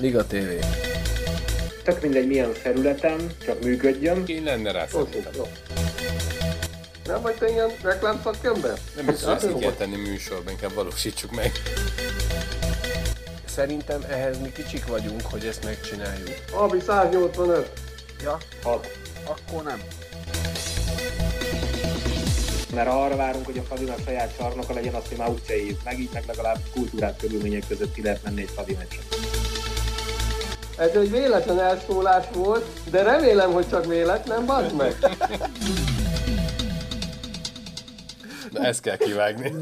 Liga TV. Tök mindegy milyen felületen, csak működjön. Én lenne rá Oké, szerintem. jó. Nem vagy te ilyen reklámszakember? Nem hiszem, ezt így jó. kell tenni műsorban, inkább valósítsuk meg. Szerintem ehhez mi kicsik vagyunk, hogy ezt megcsináljuk. Abi 185. Ja, Hat. akkor nem. Mert arra várunk, hogy a Fradinak saját csarnoka legyen, azt mi már úgyse írt meg, így meg legalább kultúrát körülmények között ki lehet menni egy Fradi meccsre. Hát Ez egy véletlen elszólás volt, de remélem, hogy csak véletlen, bazd meg. Na, ezt kell kivágni.